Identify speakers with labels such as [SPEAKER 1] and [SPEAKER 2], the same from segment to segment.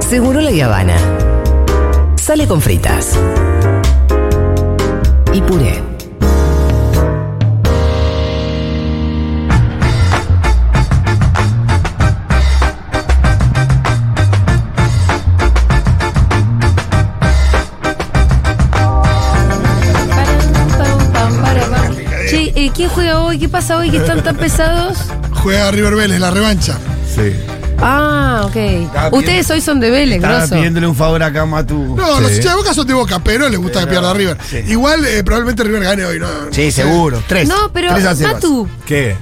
[SPEAKER 1] Seguro la Habana. Sale con fritas. Y puré.
[SPEAKER 2] Che, eh, ¿quién juega hoy? ¿Qué pasa hoy que están tan pesados?
[SPEAKER 3] Juega River Vélez, la revancha.
[SPEAKER 4] Sí.
[SPEAKER 2] Ah, ok. Ustedes hoy son de Vélez,
[SPEAKER 4] Estaba
[SPEAKER 2] grosso.
[SPEAKER 4] pidiéndole un favor acá a Matu.
[SPEAKER 3] No, los hinchas de Boca son de Boca, pero les gusta que pierda River.
[SPEAKER 4] sí.
[SPEAKER 3] Igual eh, probablemente River gane hoy, ¿no?
[SPEAKER 4] Sí, seguro. Tres.
[SPEAKER 2] No, pero
[SPEAKER 4] Tres a cero.
[SPEAKER 2] Matu,
[SPEAKER 5] ¿Qué?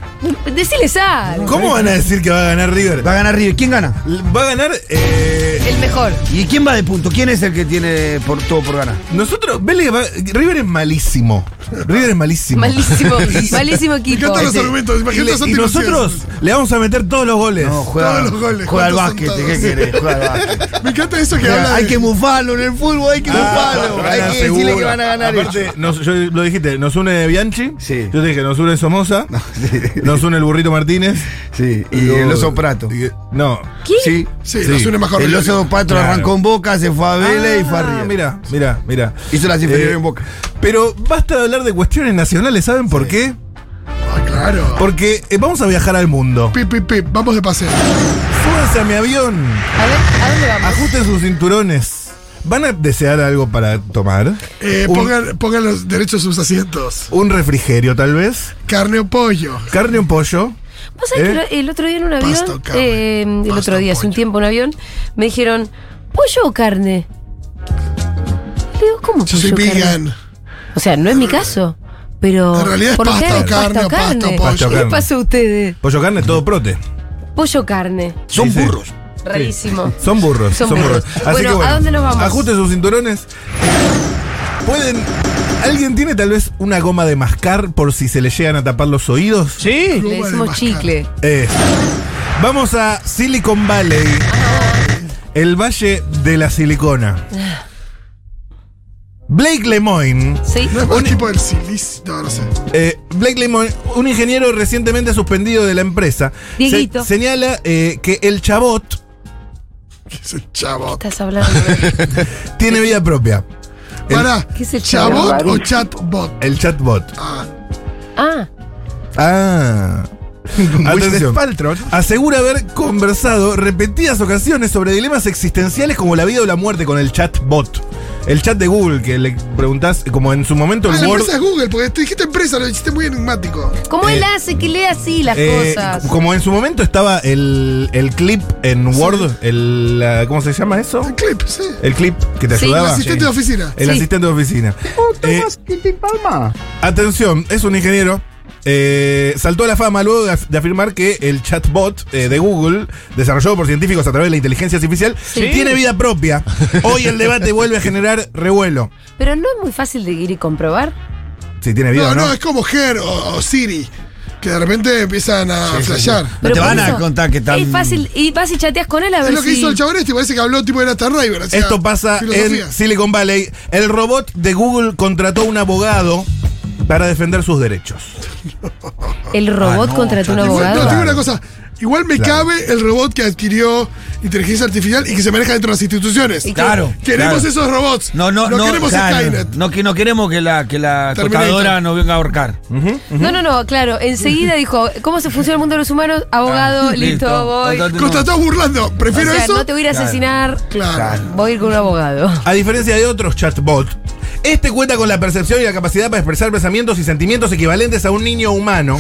[SPEAKER 2] deciles algo.
[SPEAKER 5] ¿Cómo van a decir que va a ganar River?
[SPEAKER 4] Va a ganar River. ¿Quién gana?
[SPEAKER 5] Va a ganar. eh,
[SPEAKER 2] El mejor.
[SPEAKER 4] ¿Y quién va de punto? ¿Quién es el que tiene por todo por ganar?
[SPEAKER 5] nosotros, Vélez va- River es malísimo. River es malísimo.
[SPEAKER 2] Malísimo, malísimo Este,
[SPEAKER 3] Me
[SPEAKER 2] equipo.
[SPEAKER 3] encantan los
[SPEAKER 2] Sí.
[SPEAKER 3] argumentos,
[SPEAKER 5] Y,
[SPEAKER 3] imagínate
[SPEAKER 5] le-
[SPEAKER 3] esas
[SPEAKER 5] y nosotros
[SPEAKER 3] discusiones.
[SPEAKER 5] le vamos a meter todos los goles.
[SPEAKER 4] No, juega,
[SPEAKER 3] Todos los goles,
[SPEAKER 4] juega al
[SPEAKER 3] ¿cuántos
[SPEAKER 4] básquet.
[SPEAKER 3] son
[SPEAKER 4] ¿Qué
[SPEAKER 3] todos?
[SPEAKER 4] querés? Juega al básquet.
[SPEAKER 3] Me encanta eso que habla.
[SPEAKER 4] Hay
[SPEAKER 3] de-
[SPEAKER 4] que mufarlo en el fútbol, hay que mufarlo.
[SPEAKER 5] Ah, Gana
[SPEAKER 4] Hay que decirle que
[SPEAKER 5] seguro.
[SPEAKER 4] van a ganar
[SPEAKER 5] Aparte,
[SPEAKER 4] ellos.
[SPEAKER 5] nos- yo lo dijiste, nos une Bianchi.
[SPEAKER 4] Sí.
[SPEAKER 5] Yo te dije, nos une Somoza.
[SPEAKER 4] sí.
[SPEAKER 5] Nos une el burrito Martínez.
[SPEAKER 4] Sí, y
[SPEAKER 5] Luego-
[SPEAKER 4] el oso Prato.
[SPEAKER 5] y- no.
[SPEAKER 2] ¿Qué?
[SPEAKER 4] Sí.
[SPEAKER 3] Sí,
[SPEAKER 5] Sí.
[SPEAKER 3] nos une mejor
[SPEAKER 4] El
[SPEAKER 3] River.
[SPEAKER 4] oso Prato
[SPEAKER 5] Claro.
[SPEAKER 4] arrancó en boca, se fue a Vélez y fue a
[SPEAKER 5] Ah,
[SPEAKER 4] River.
[SPEAKER 5] Mira, mira, mira.
[SPEAKER 4] Hizo las inferiores
[SPEAKER 5] Eh,
[SPEAKER 4] en boca.
[SPEAKER 5] Pero basta de hablar de cuestiones nacionales, ¿saben por qué?
[SPEAKER 3] Ah, claro.
[SPEAKER 5] Porque eh, vamos a viajar al mundo.
[SPEAKER 3] Pip, pip, pip, vamos de paseo.
[SPEAKER 5] Súbanse a mi avión.
[SPEAKER 2] A ver, ¿a dónde vamos?
[SPEAKER 5] Ajusten sus cinturones. ¿Van a desear algo para tomar?
[SPEAKER 3] Eh,
[SPEAKER 5] un,
[SPEAKER 3] pongan, pongan los derechos de sus asientos.
[SPEAKER 5] un refrigerio, tal vez.
[SPEAKER 3] Carne o pollo.
[SPEAKER 5] Carne o pollo.
[SPEAKER 2] ¿Vos sabés
[SPEAKER 5] ¿Eh?
[SPEAKER 2] que el otro día en un avión,
[SPEAKER 3] Pasto, carne.
[SPEAKER 2] eh, el
[SPEAKER 3] Pasto,
[SPEAKER 2] otro día, hace un
[SPEAKER 3] pollo.
[SPEAKER 2] tiempo en un avión, me dijeron, ¿pollo o carne? Le digo, ¿cómo
[SPEAKER 3] Yo soy
[SPEAKER 2] pollo o carne?"
[SPEAKER 3] vegan.
[SPEAKER 2] O sea, no es mi caso, pero...
[SPEAKER 3] En realidad es
[SPEAKER 2] por lo
[SPEAKER 3] pasta o
[SPEAKER 2] general es
[SPEAKER 3] carne o pasto o pollo.
[SPEAKER 5] Pasto o
[SPEAKER 2] ¿Qué les
[SPEAKER 5] carne.
[SPEAKER 2] pasa a ustedes?
[SPEAKER 5] Pollo carne, todo prote.
[SPEAKER 2] Pollo o carne.
[SPEAKER 4] Son
[SPEAKER 5] Sí, sí.
[SPEAKER 4] burros.
[SPEAKER 2] Rarísimo.
[SPEAKER 5] Son burros.
[SPEAKER 2] Son
[SPEAKER 5] Son,
[SPEAKER 2] burros.
[SPEAKER 5] burros. Así
[SPEAKER 2] Bueno,
[SPEAKER 5] que,
[SPEAKER 2] ¿a dónde nos vamos?
[SPEAKER 5] Ajusten sus cinturones. Pueden. ¿Alguien tiene tal vez una goma de mascar por si se le llegan a tapar los oídos?
[SPEAKER 4] Sí.
[SPEAKER 3] Pluma
[SPEAKER 2] Le
[SPEAKER 3] de
[SPEAKER 2] decimos
[SPEAKER 3] mascar.
[SPEAKER 2] chicle.
[SPEAKER 5] Eh, vamos a Silicon Valley. El valle de la silicona. Blake Lemoine.
[SPEAKER 2] ¿Sí?
[SPEAKER 3] No es más tipo del silicio. No, no sé.
[SPEAKER 5] eh, Blake Lemoine, un ingeniero recientemente suspendido de la empresa, se-
[SPEAKER 2] Dieguito.
[SPEAKER 5] señala eh, que el chabot
[SPEAKER 3] ¿Qué es el chabot?
[SPEAKER 2] Estás hablando.
[SPEAKER 5] tiene vida propia. El-
[SPEAKER 3] Pará.
[SPEAKER 2] ¿Qué es el
[SPEAKER 3] ¿Chabot
[SPEAKER 2] chabot?
[SPEAKER 3] o chatbot?
[SPEAKER 5] El chatbot.
[SPEAKER 3] Ah,
[SPEAKER 2] Ah,
[SPEAKER 5] Ah. Atención.
[SPEAKER 4] Atención.
[SPEAKER 5] Asegura haber conversado repetidas ocasiones sobre dilemas existenciales como la vida o la muerte con el chatbot. El chat de Google, que le preguntás, como en su momento
[SPEAKER 3] Ah,
[SPEAKER 5] el
[SPEAKER 3] la
[SPEAKER 5] Word.
[SPEAKER 3] empresa es Google, porque te dijiste empresa, lo hiciste muy enigmático.
[SPEAKER 2] ¿cómo él
[SPEAKER 5] Eh,
[SPEAKER 2] hace que lea así las
[SPEAKER 5] eh,
[SPEAKER 2] cosas?
[SPEAKER 5] como en su momento estaba el, el clip en Word, el, la- ¿cómo se llama eso?
[SPEAKER 3] El clip, sí.
[SPEAKER 4] Eh,
[SPEAKER 5] El clip que te
[SPEAKER 2] Sí.
[SPEAKER 3] El
[SPEAKER 5] ayudaba.
[SPEAKER 4] ah,
[SPEAKER 3] asistente de oficina. Oh,
[SPEAKER 5] El
[SPEAKER 2] Sí.
[SPEAKER 5] asistente de oficina.
[SPEAKER 2] Oh,
[SPEAKER 5] Eh, Atención, es un ingeniero. eh, saltó a la fama luego de, af- de afirmar que el chatbot eh, de Google, desarrollado por científicos a través de la inteligencia artificial,
[SPEAKER 2] Sí.
[SPEAKER 5] tiene vida propia. Hoy el debate vuelve a generar revuelo.
[SPEAKER 2] Pero no es muy fácil de ir y comprobar.
[SPEAKER 5] Si tiene vida
[SPEAKER 3] No,
[SPEAKER 5] o no.
[SPEAKER 3] no, es como Her o, o Siri, que de repente empiezan a flashear.
[SPEAKER 4] No te
[SPEAKER 2] por
[SPEAKER 4] van a
[SPEAKER 2] eso
[SPEAKER 4] contar que tan-
[SPEAKER 2] Es fácil, y vas y chateas con él a ver
[SPEAKER 3] Es lo que
[SPEAKER 2] si-
[SPEAKER 3] hizo el chabón este, parece que habló tipo de la River. hacía
[SPEAKER 5] Esto pasa
[SPEAKER 3] filosofía.
[SPEAKER 5] en Silicon Valley. El robot de Google contrató un abogado para defender sus derechos.
[SPEAKER 2] El robot
[SPEAKER 4] Ah, no,
[SPEAKER 2] contrató un
[SPEAKER 4] chateas.
[SPEAKER 3] Igual-
[SPEAKER 2] abogado.
[SPEAKER 3] No, te digo una cosa. Igual me
[SPEAKER 5] Claro.
[SPEAKER 3] cabe el robot que adquirió inteligencia artificial y que se maneja dentro de las instituciones.
[SPEAKER 2] Y que-
[SPEAKER 4] Claro.
[SPEAKER 3] Queremos
[SPEAKER 4] claro.
[SPEAKER 3] esos robots.
[SPEAKER 4] No, no, no.
[SPEAKER 3] queremos
[SPEAKER 4] claro,
[SPEAKER 3] Skynet.
[SPEAKER 4] No, que, no queremos que la, que la
[SPEAKER 3] Terminator.
[SPEAKER 4] contadora nos venga a ahorcar.
[SPEAKER 2] No, no, no, claro. Enseguida dijo, ¿cómo se funciona el mundo de los humanos? Abogado,
[SPEAKER 4] Ah,
[SPEAKER 2] listo, voy.
[SPEAKER 4] Contratado.
[SPEAKER 3] Contratados burlando.
[SPEAKER 2] O
[SPEAKER 3] Prefiero
[SPEAKER 2] sea,
[SPEAKER 3] eso.
[SPEAKER 2] no te voy a ir a
[SPEAKER 4] Claro.
[SPEAKER 2] asesinar,
[SPEAKER 3] Claro.
[SPEAKER 2] voy a ir con un abogado.
[SPEAKER 5] A diferencia de otros chatbots, este cuenta con la percepción y la capacidad para expresar pensamientos y sentimientos equivalentes a un niño humano.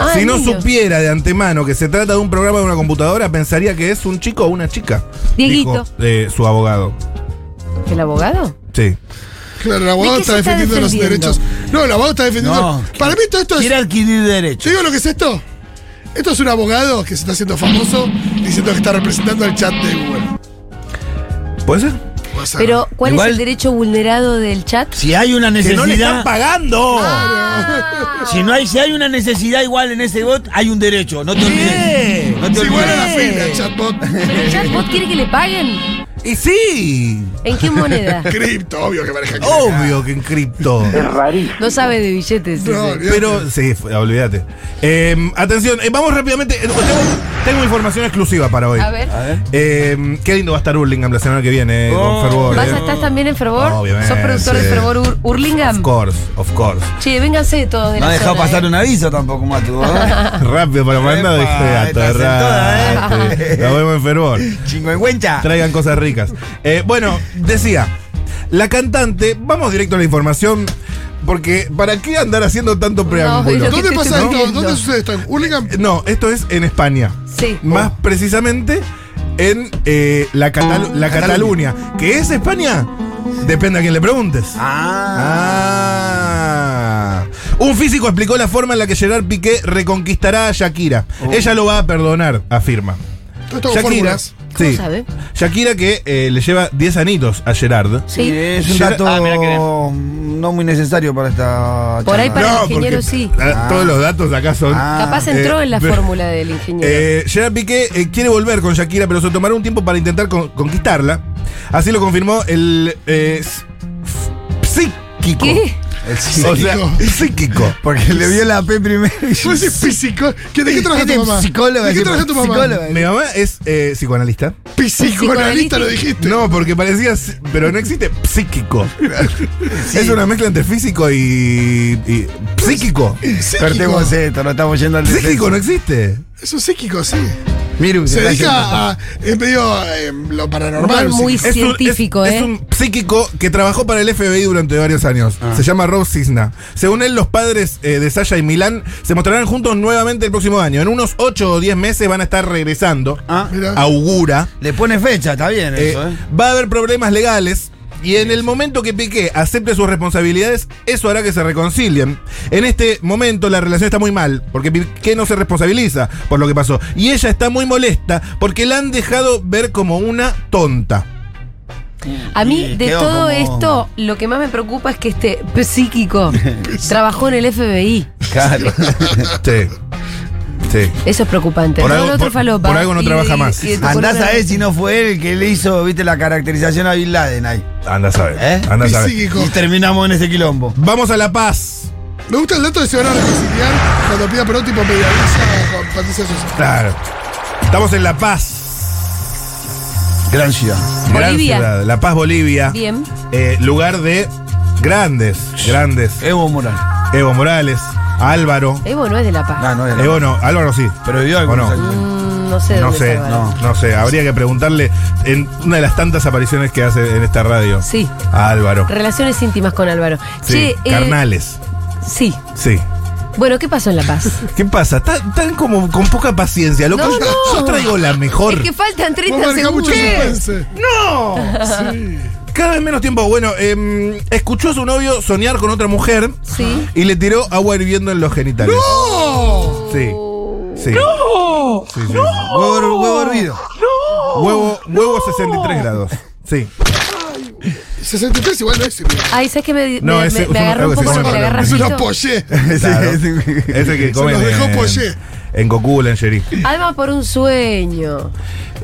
[SPEAKER 2] Ah,
[SPEAKER 5] si no
[SPEAKER 2] niño.
[SPEAKER 5] supiera de antemano que se trata de un programa de una computadora, pensaría que es un chico o una chica.
[SPEAKER 2] Dieguito.
[SPEAKER 5] Dijo, eh, su abogado.
[SPEAKER 2] ¿El abogado?
[SPEAKER 5] Sí.
[SPEAKER 3] Claro, el abogado
[SPEAKER 2] ¿De qué
[SPEAKER 3] está
[SPEAKER 2] se está
[SPEAKER 3] defendiendo los
[SPEAKER 2] defendiendo?
[SPEAKER 3] derechos. No, el abogado está defendiendo.
[SPEAKER 4] No.
[SPEAKER 3] Para mí todo esto es.
[SPEAKER 4] Quiere adquirir derechos.
[SPEAKER 3] ¿Te digo lo que es esto? Esto es un abogado que se está haciendo famoso diciendo que está representando al chat de Google.
[SPEAKER 5] ¿Puede ser?
[SPEAKER 3] Puede ser.
[SPEAKER 2] Pero, ¿cuál
[SPEAKER 4] Igual-
[SPEAKER 2] es el derecho vulnerado del chat?
[SPEAKER 4] Si hay una
[SPEAKER 5] ¡Que no le
[SPEAKER 4] necesidad.
[SPEAKER 5] están pagando!
[SPEAKER 4] si no hay, si hay una necesidad igual en ese bot, hay un derecho. No te olvides. No te
[SPEAKER 3] Es igual a
[SPEAKER 4] olvides.
[SPEAKER 3] la fibra, el chatbot.
[SPEAKER 2] ¿Pero el chatbot quiere que le paguen?
[SPEAKER 5] Y sí.
[SPEAKER 2] ¿En qué moneda?
[SPEAKER 3] Cripto, obvio que maneja cripto.
[SPEAKER 5] Obvio que en cripto.
[SPEAKER 2] No sabe de billetes. ese.
[SPEAKER 3] No, olvidate.
[SPEAKER 5] Pero, sí, fue- olvídate. Eh, atención, eh, vamos rápidamente. eh, tengo, tengo información exclusiva para hoy.
[SPEAKER 2] A ver.
[SPEAKER 4] A ver.
[SPEAKER 5] Eh, qué lindo va a estar Hurlingham la semana que viene eh,
[SPEAKER 4] Oh.
[SPEAKER 5] con Fervor.
[SPEAKER 2] ¿Vas a
[SPEAKER 5] eh.
[SPEAKER 2] estar también en Fervor?
[SPEAKER 5] Obviamente.
[SPEAKER 2] ¿Sos productor de Fervor Ur-
[SPEAKER 5] Of
[SPEAKER 2] Urlingam?
[SPEAKER 5] course, of course.
[SPEAKER 2] Che, vénganse todos de
[SPEAKER 4] No
[SPEAKER 2] la
[SPEAKER 4] ha dejado
[SPEAKER 2] zona,
[SPEAKER 4] pasar
[SPEAKER 2] eh.
[SPEAKER 4] un aviso tampoco, Matu. ¿eh?
[SPEAKER 5] Rápido para mandar
[SPEAKER 4] Epa,
[SPEAKER 5] dije, gato,
[SPEAKER 4] estás en
[SPEAKER 5] errate.
[SPEAKER 4] todas, ¿eh?
[SPEAKER 5] Nos vemos en Fervor.
[SPEAKER 4] Chingüengüencha.
[SPEAKER 5] Traigan cosas ricas. Eh, bueno, decía, la cantante, vamos directo a la información, porque ¿para qué andar haciendo tanto
[SPEAKER 2] es
[SPEAKER 5] preámbulo?
[SPEAKER 2] lo que
[SPEAKER 3] ¿Dónde
[SPEAKER 2] te
[SPEAKER 3] pasa
[SPEAKER 2] estoy
[SPEAKER 3] esto?
[SPEAKER 2] diciendo.
[SPEAKER 3] ¿Dónde sucede esto? ¿En Hurlingham?
[SPEAKER 5] No, esto es en España.
[SPEAKER 2] Sí.
[SPEAKER 5] Más precisamente en eh, la, Catalu-
[SPEAKER 4] Ah,
[SPEAKER 5] la Cataluña. ¿Qué es España? Depende a quien le preguntes.
[SPEAKER 4] Ah.
[SPEAKER 5] Ah. Un físico explicó la forma en la que Gerard Piqué reconquistará a Shakira. Ella lo va a perdonar, afirma.
[SPEAKER 3] Todo esto con fórmulas.
[SPEAKER 2] ¿Cómo
[SPEAKER 5] sí.
[SPEAKER 2] sabe?
[SPEAKER 5] Shakira que eh, le lleva 10 anitos a Gerard.
[SPEAKER 2] Sí.
[SPEAKER 4] Es un
[SPEAKER 5] Yo-
[SPEAKER 4] dato
[SPEAKER 5] Ah, mirá
[SPEAKER 4] no muy necesario para esta
[SPEAKER 2] Por ahí
[SPEAKER 4] charla.
[SPEAKER 2] para- el ingeniero sí.
[SPEAKER 5] ah, Todos los datos acá son.
[SPEAKER 4] Ah.
[SPEAKER 2] Capaz entró
[SPEAKER 5] eh,
[SPEAKER 2] en la
[SPEAKER 5] pero-
[SPEAKER 2] fórmula del ingeniero.
[SPEAKER 5] Eh, Gerard Piqué eh, quiere volver con Shakira, pero se tomará un tiempo para intentar con- conquistarla. Así lo confirmó el eh, s- f- psíquico.
[SPEAKER 2] ¿Qué?
[SPEAKER 4] El sí.
[SPEAKER 5] O sea, psíquico.
[SPEAKER 4] Porque le vio la P primero y
[SPEAKER 3] ¿Vos decís psicó- ¿Qué- ¿De qué trabaja tu
[SPEAKER 4] Es
[SPEAKER 3] mamá?
[SPEAKER 2] Ah,
[SPEAKER 4] psicóloga,
[SPEAKER 3] ¿De qué
[SPEAKER 4] tipo,
[SPEAKER 2] pues,
[SPEAKER 3] trabaja tu mamá?
[SPEAKER 4] psicóloga.
[SPEAKER 5] Mi mamá es eh, psicoanalista.
[SPEAKER 3] Psicoanalista lo dijiste.
[SPEAKER 5] No, porque parecía, s- pero no existe psíquico. Es una mezcla entre físico y, y psíquico.
[SPEAKER 3] Psíquico.
[SPEAKER 4] Cortemos esto, no estamos yendo al
[SPEAKER 5] Psíquico no existe.
[SPEAKER 3] Eso es psíquico, sí.
[SPEAKER 4] Miru,
[SPEAKER 3] Se
[SPEAKER 4] Pues está
[SPEAKER 3] dedica
[SPEAKER 4] yendo.
[SPEAKER 3] a. Es medio eh, lo paranormal.
[SPEAKER 2] No es
[SPEAKER 3] un
[SPEAKER 2] muy
[SPEAKER 3] psíquico.
[SPEAKER 5] un-
[SPEAKER 2] Científico,
[SPEAKER 5] es,
[SPEAKER 2] ¿eh?
[SPEAKER 5] es un psíquico que trabajó para el FBI durante varios años.
[SPEAKER 3] Ah.
[SPEAKER 5] Se llama Rob Cisna. Según él, los padres eh, de Sasha y Milán se mostrarán juntos nuevamente el próximo año. En unos 8 o 10 meses van a estar regresando.
[SPEAKER 4] Ah,
[SPEAKER 3] Mirá.
[SPEAKER 5] Augura.
[SPEAKER 4] le pone fecha, está bien
[SPEAKER 5] Eh,
[SPEAKER 4] eso, ¿eh?
[SPEAKER 5] Va a haber problemas legales. Y en el momento que Piqué acepte sus responsabilidades, eso hará que se reconcilien. En este momento la relación está muy mal, porque Piqué no se responsabiliza por lo que pasó. Y ella está muy molesta porque la han dejado ver como una tonta.
[SPEAKER 2] A mí,
[SPEAKER 4] Y
[SPEAKER 2] de
[SPEAKER 4] quedó
[SPEAKER 2] todo
[SPEAKER 4] como-
[SPEAKER 2] esto, lo que más me preocupa es que este psíquico trabajó en el FBI.
[SPEAKER 4] Claro.
[SPEAKER 5] Sí. Sí.
[SPEAKER 2] Eso es preocupante.
[SPEAKER 5] Por
[SPEAKER 2] No,
[SPEAKER 5] algo-
[SPEAKER 2] el otro
[SPEAKER 5] por-
[SPEAKER 2] falopa.
[SPEAKER 5] por algo no
[SPEAKER 2] Y de-
[SPEAKER 5] trabaja más.
[SPEAKER 2] y de tu
[SPEAKER 4] Andás
[SPEAKER 2] corona-
[SPEAKER 4] a ver si no fue él el que le hizo, viste, la caracterización a Bin Laden ahí.
[SPEAKER 5] Anda a saber.
[SPEAKER 4] ¿Eh?
[SPEAKER 5] Anda a saber.
[SPEAKER 3] Psíquico.
[SPEAKER 4] Y terminamos en ese quilombo.
[SPEAKER 5] Vamos a La Paz.
[SPEAKER 3] Me gusta el dato de se van a reconciliar cuando pida perdón tipo medialisa con Patricia Sosa.
[SPEAKER 5] Claro. Estamos en La Paz.
[SPEAKER 4] Gran ciudad.
[SPEAKER 5] Gran
[SPEAKER 2] Bolivia.
[SPEAKER 5] ciudad. La Paz, Bolivia.
[SPEAKER 2] Bien.
[SPEAKER 5] Eh, lugar de grandes, grandes.
[SPEAKER 4] Evo Morales.
[SPEAKER 5] Evo Morales, Álvaro.
[SPEAKER 2] Evo no Eh, es de La Paz.
[SPEAKER 4] No, no era.
[SPEAKER 5] Evo no, Eh, Álvaro sí.
[SPEAKER 4] Pero vivió
[SPEAKER 5] ¿O no?
[SPEAKER 4] algunos años.
[SPEAKER 2] Mm, no sé
[SPEAKER 5] No
[SPEAKER 2] dónde
[SPEAKER 5] sé,
[SPEAKER 2] está
[SPEAKER 5] no,
[SPEAKER 2] Álvaro.
[SPEAKER 5] no sé. Habría que preguntarle en una de las tantas apariciones que hace en esta radio.
[SPEAKER 2] Sí.
[SPEAKER 5] A Álvaro.
[SPEAKER 2] Relaciones íntimas con Álvaro.
[SPEAKER 5] Sí,
[SPEAKER 2] Che, eh,
[SPEAKER 5] carnales.
[SPEAKER 2] sí.
[SPEAKER 5] Sí.
[SPEAKER 2] Bueno, ¿qué pasó en La Paz?
[SPEAKER 5] ¿Qué pasa? Están están como con poca paciencia. Loco,
[SPEAKER 2] No,
[SPEAKER 5] yo,
[SPEAKER 2] no.
[SPEAKER 5] yo traigo la mejor.
[SPEAKER 2] es que faltan
[SPEAKER 3] Vos
[SPEAKER 2] 30
[SPEAKER 3] manejás
[SPEAKER 2] segundos.
[SPEAKER 3] mucho suspense.
[SPEAKER 5] ¡No!
[SPEAKER 3] Sí.
[SPEAKER 5] Cada vez menos tiempo. Bueno, em, escuchó a su novio soñar con otra mujer
[SPEAKER 2] Sí.
[SPEAKER 5] y le tiró agua hirviendo en los genitales.
[SPEAKER 3] ¡Oh!
[SPEAKER 5] Sí. Sí. Sí, sí.
[SPEAKER 4] Huevo, huevo hervido.
[SPEAKER 5] Huevo, huevo 63 grados. Sí.
[SPEAKER 3] 63 igual no es igual.
[SPEAKER 2] Ay, ¿sabes qué me,
[SPEAKER 5] No,
[SPEAKER 2] me,
[SPEAKER 5] ese
[SPEAKER 2] me-
[SPEAKER 5] es
[SPEAKER 2] me
[SPEAKER 5] un-
[SPEAKER 2] agarró un
[SPEAKER 5] algo que
[SPEAKER 2] poco
[SPEAKER 5] se
[SPEAKER 2] porque le
[SPEAKER 5] llama-
[SPEAKER 2] agarras
[SPEAKER 3] Es una
[SPEAKER 2] esto?
[SPEAKER 3] polle.
[SPEAKER 5] Claro.
[SPEAKER 4] Sí, sí.
[SPEAKER 5] Ese que come
[SPEAKER 3] los dejó Poyet.
[SPEAKER 5] en, en Goku, Lingerie.
[SPEAKER 2] Alma por un sueño.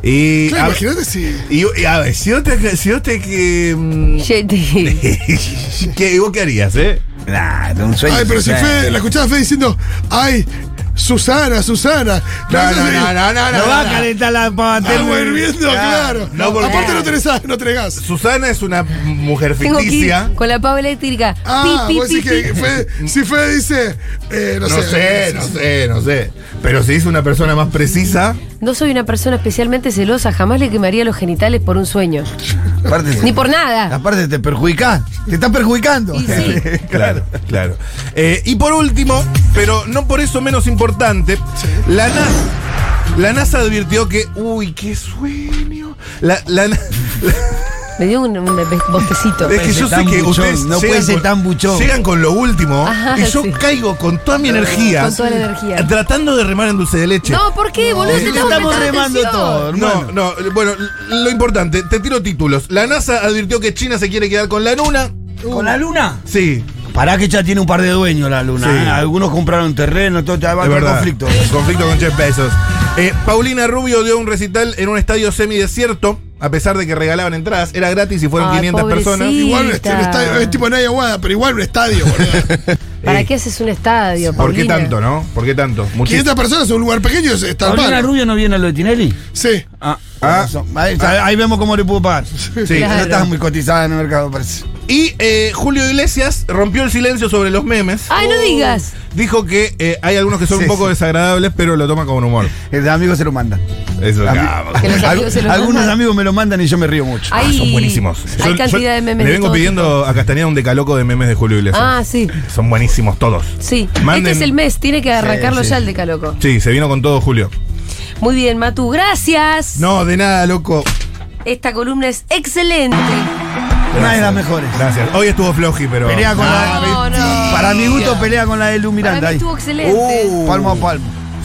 [SPEAKER 5] Y,
[SPEAKER 3] Claro,
[SPEAKER 5] a,
[SPEAKER 3] imagínate si.
[SPEAKER 5] y- y a ver, si vos te, si vos te que, mm,
[SPEAKER 2] Yeti.
[SPEAKER 5] que- ¿Vos qué harías, eh?
[SPEAKER 4] Nah, de un sueño.
[SPEAKER 3] Ay, pero si
[SPEAKER 4] Sí.
[SPEAKER 3] Fe, la escuchaba Fe diciendo, ay, Susana, Susana.
[SPEAKER 5] No,
[SPEAKER 3] eso
[SPEAKER 5] no,
[SPEAKER 3] sí.
[SPEAKER 5] no, no, no,
[SPEAKER 4] No
[SPEAKER 5] no,
[SPEAKER 4] va a
[SPEAKER 5] no.
[SPEAKER 4] calentar la pata.
[SPEAKER 3] Agua hirviendo, claro.
[SPEAKER 5] no, porque-
[SPEAKER 3] Aparte no tenés, ag- no tenés gas.
[SPEAKER 5] Susana es una mujer
[SPEAKER 2] Tengo que ir
[SPEAKER 5] ficticia.
[SPEAKER 2] con la pava eléctrica.
[SPEAKER 3] Ah,
[SPEAKER 2] Pi, pi,
[SPEAKER 3] vos
[SPEAKER 2] pi,
[SPEAKER 3] decís que
[SPEAKER 2] pi.
[SPEAKER 3] Fe, si Fe dice, eh, no,
[SPEAKER 5] No sé, no sé, no sé. Pero si es una persona más precisa.
[SPEAKER 2] No soy una persona especialmente celosa, jamás le quemaría los genitales por un sueño.
[SPEAKER 5] Ah,
[SPEAKER 4] Aparte,
[SPEAKER 2] Ni por nada.
[SPEAKER 4] Aparte te perjudicás. Te estás perjudicando.
[SPEAKER 2] Y sí. uh.
[SPEAKER 5] Claro, claro. Eh, y por último, pero no por eso menos importante, la NASA. La NASA advirtió que. Uy, qué sueño. La, la, na-
[SPEAKER 2] Me dio un, un be- bostecito.
[SPEAKER 5] es que yo sé
[SPEAKER 4] tan
[SPEAKER 5] que
[SPEAKER 4] buchón,
[SPEAKER 5] ustedes.
[SPEAKER 4] no puede
[SPEAKER 5] llegan
[SPEAKER 4] ser
[SPEAKER 5] con-
[SPEAKER 4] tan buchón.
[SPEAKER 5] Llegan con lo último
[SPEAKER 2] Ajá,
[SPEAKER 5] y yo
[SPEAKER 2] sí.
[SPEAKER 5] caigo con toda mi energía.
[SPEAKER 2] Con toda la energía.
[SPEAKER 5] Tratando de remar en dulce de leche.
[SPEAKER 2] No, ¿por qué, boludo?
[SPEAKER 5] Te
[SPEAKER 2] Te
[SPEAKER 4] estamos remando
[SPEAKER 2] todo.
[SPEAKER 4] todo,
[SPEAKER 5] No, no, bueno, lo importante, te tiro títulos. La NASA advirtió que China se quiere quedar con la luna.
[SPEAKER 4] ¿Con la luna?
[SPEAKER 5] Sí,
[SPEAKER 4] Pará que ya tiene un par de dueños la luna.
[SPEAKER 5] Sí.
[SPEAKER 4] ¿eh? Algunos compraron terreno, todo te va a
[SPEAKER 5] Es
[SPEAKER 4] haber
[SPEAKER 5] verdad.
[SPEAKER 4] conflicto.
[SPEAKER 5] Conflicto con Jeff Bezos. Eh, Paulina Rubio dio un recital en un estadio semidesierto. a pesar de que regalaban entradas, era gratis y fueron
[SPEAKER 2] Ay,
[SPEAKER 5] 500 personas.
[SPEAKER 2] pobrecito.
[SPEAKER 3] Igual un est- un estadio, es tipo Naya Aguada, pero igual un estadio, boludo.
[SPEAKER 2] ¿Para qué haces un estadio,
[SPEAKER 5] ¿Por qué
[SPEAKER 2] Paulina?
[SPEAKER 5] tanto, no? ¿Por qué tanto? Muchísimo.
[SPEAKER 3] 500 personas en un lugar pequeño es- está
[SPEAKER 4] ¿Paulina
[SPEAKER 3] mal.
[SPEAKER 4] Rubio no viene a lo de Tinelli?
[SPEAKER 3] Sí.
[SPEAKER 4] Ah,
[SPEAKER 5] Ah.
[SPEAKER 4] razón. ahí, está, ahí vemos cómo le pudo pagar.
[SPEAKER 5] Sí.
[SPEAKER 4] No
[SPEAKER 2] Claro.
[SPEAKER 4] estás muy cotizada en el mercado, parece.
[SPEAKER 5] Y eh, Julio Iglesias rompió el silencio sobre los memes.
[SPEAKER 2] Ay, no digas.
[SPEAKER 5] Dijo que eh, hay algunos que son
[SPEAKER 4] Sí,
[SPEAKER 5] un poco
[SPEAKER 4] sí.
[SPEAKER 5] desagradables, pero lo toma con humor.
[SPEAKER 4] El amigo Eh, se lo manda.
[SPEAKER 5] Eso
[SPEAKER 4] Ami-
[SPEAKER 5] ah,
[SPEAKER 2] Que los
[SPEAKER 4] Algu-
[SPEAKER 2] amigos se lo
[SPEAKER 4] algunos
[SPEAKER 2] mandan. Ah,
[SPEAKER 4] amigos me lo mandan y yo me río mucho.
[SPEAKER 2] Hay,
[SPEAKER 5] Son buenísimos.
[SPEAKER 2] Hay
[SPEAKER 5] Yo-
[SPEAKER 2] cantidad
[SPEAKER 5] yo
[SPEAKER 2] de memes.
[SPEAKER 5] Le
[SPEAKER 2] de
[SPEAKER 5] vengo
[SPEAKER 2] todo
[SPEAKER 5] pidiendo a Castañeda un decaloco de memes de Julio
[SPEAKER 2] tipo.
[SPEAKER 5] Iglesias.
[SPEAKER 2] Ah, sí.
[SPEAKER 5] Son buenísimos todos.
[SPEAKER 2] Sí.
[SPEAKER 5] Manden-
[SPEAKER 2] Este es el mes, tiene que arrancarlo
[SPEAKER 4] sí.
[SPEAKER 2] ya el decaloco.
[SPEAKER 5] Sí, se vino con todo Julio.
[SPEAKER 2] Muy bien, Matu, gracias.
[SPEAKER 5] No, de nada, loco.
[SPEAKER 2] Esta columna es excelente.
[SPEAKER 4] Una de las mejores.
[SPEAKER 5] Gracias. Hoy estuvo floji, pero.
[SPEAKER 4] Pelea con
[SPEAKER 2] No,
[SPEAKER 4] la.
[SPEAKER 2] no.
[SPEAKER 4] Para mi gusto, pelea con la de
[SPEAKER 2] Para
[SPEAKER 4] Lu
[SPEAKER 2] mí
[SPEAKER 4] Miranda. ahí. Uh.
[SPEAKER 2] estuvo excelente.
[SPEAKER 4] Palmo a palmo.